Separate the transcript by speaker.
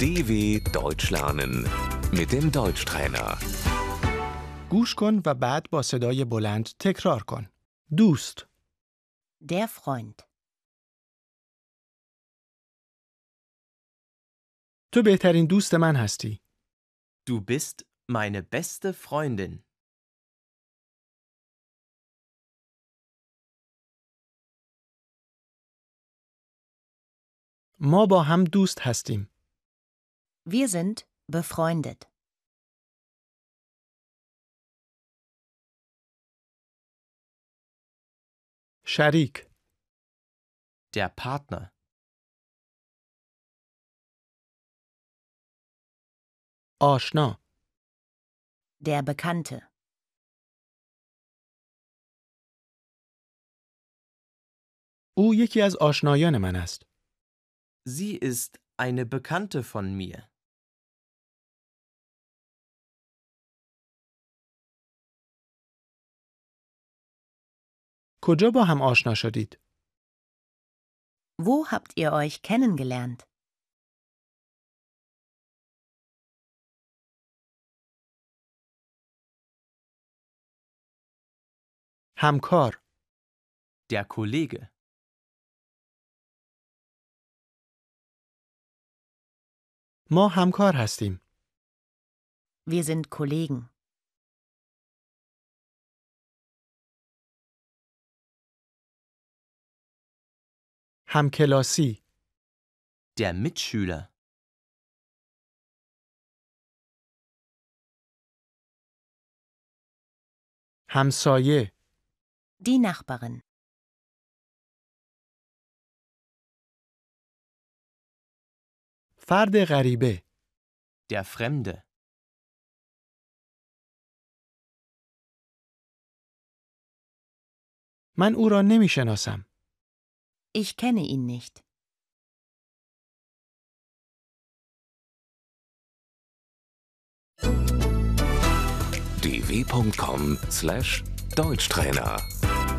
Speaker 1: DW Deutsch lernen mit dem Deutschtrainer.
Speaker 2: گوش کن و بعد با صدای بلند تکرار کن. دوست،
Speaker 3: Der Freund.
Speaker 2: تو بهترین دوست من هستی.
Speaker 4: Du bist meine beste Freundin.
Speaker 2: ما با هم دوست هستیم.
Speaker 3: Wir sind befreundet.
Speaker 2: شریک،
Speaker 4: Der Partner.
Speaker 2: آشنا،
Speaker 3: Der Bekannte.
Speaker 2: او یکی از آشنایان من است.
Speaker 4: Sie ist eine Bekannte von mir.
Speaker 2: کجا با هم آشنا شدید؟
Speaker 3: Wo habt ihr euch kennengelernt?
Speaker 2: همکار،
Speaker 4: Der Kollege.
Speaker 2: ما همکار هستیم.
Speaker 3: Wir sind Kollegen.
Speaker 2: همکلاسی،
Speaker 4: Der Mitschüler.
Speaker 2: همسایه،
Speaker 3: Die Nachbarin.
Speaker 2: فرد غریبه،
Speaker 4: Der Fremde.
Speaker 2: من او را نمی شناسم.
Speaker 3: Ich kenne ihn nicht.
Speaker 1: dw.com/deutschtrainer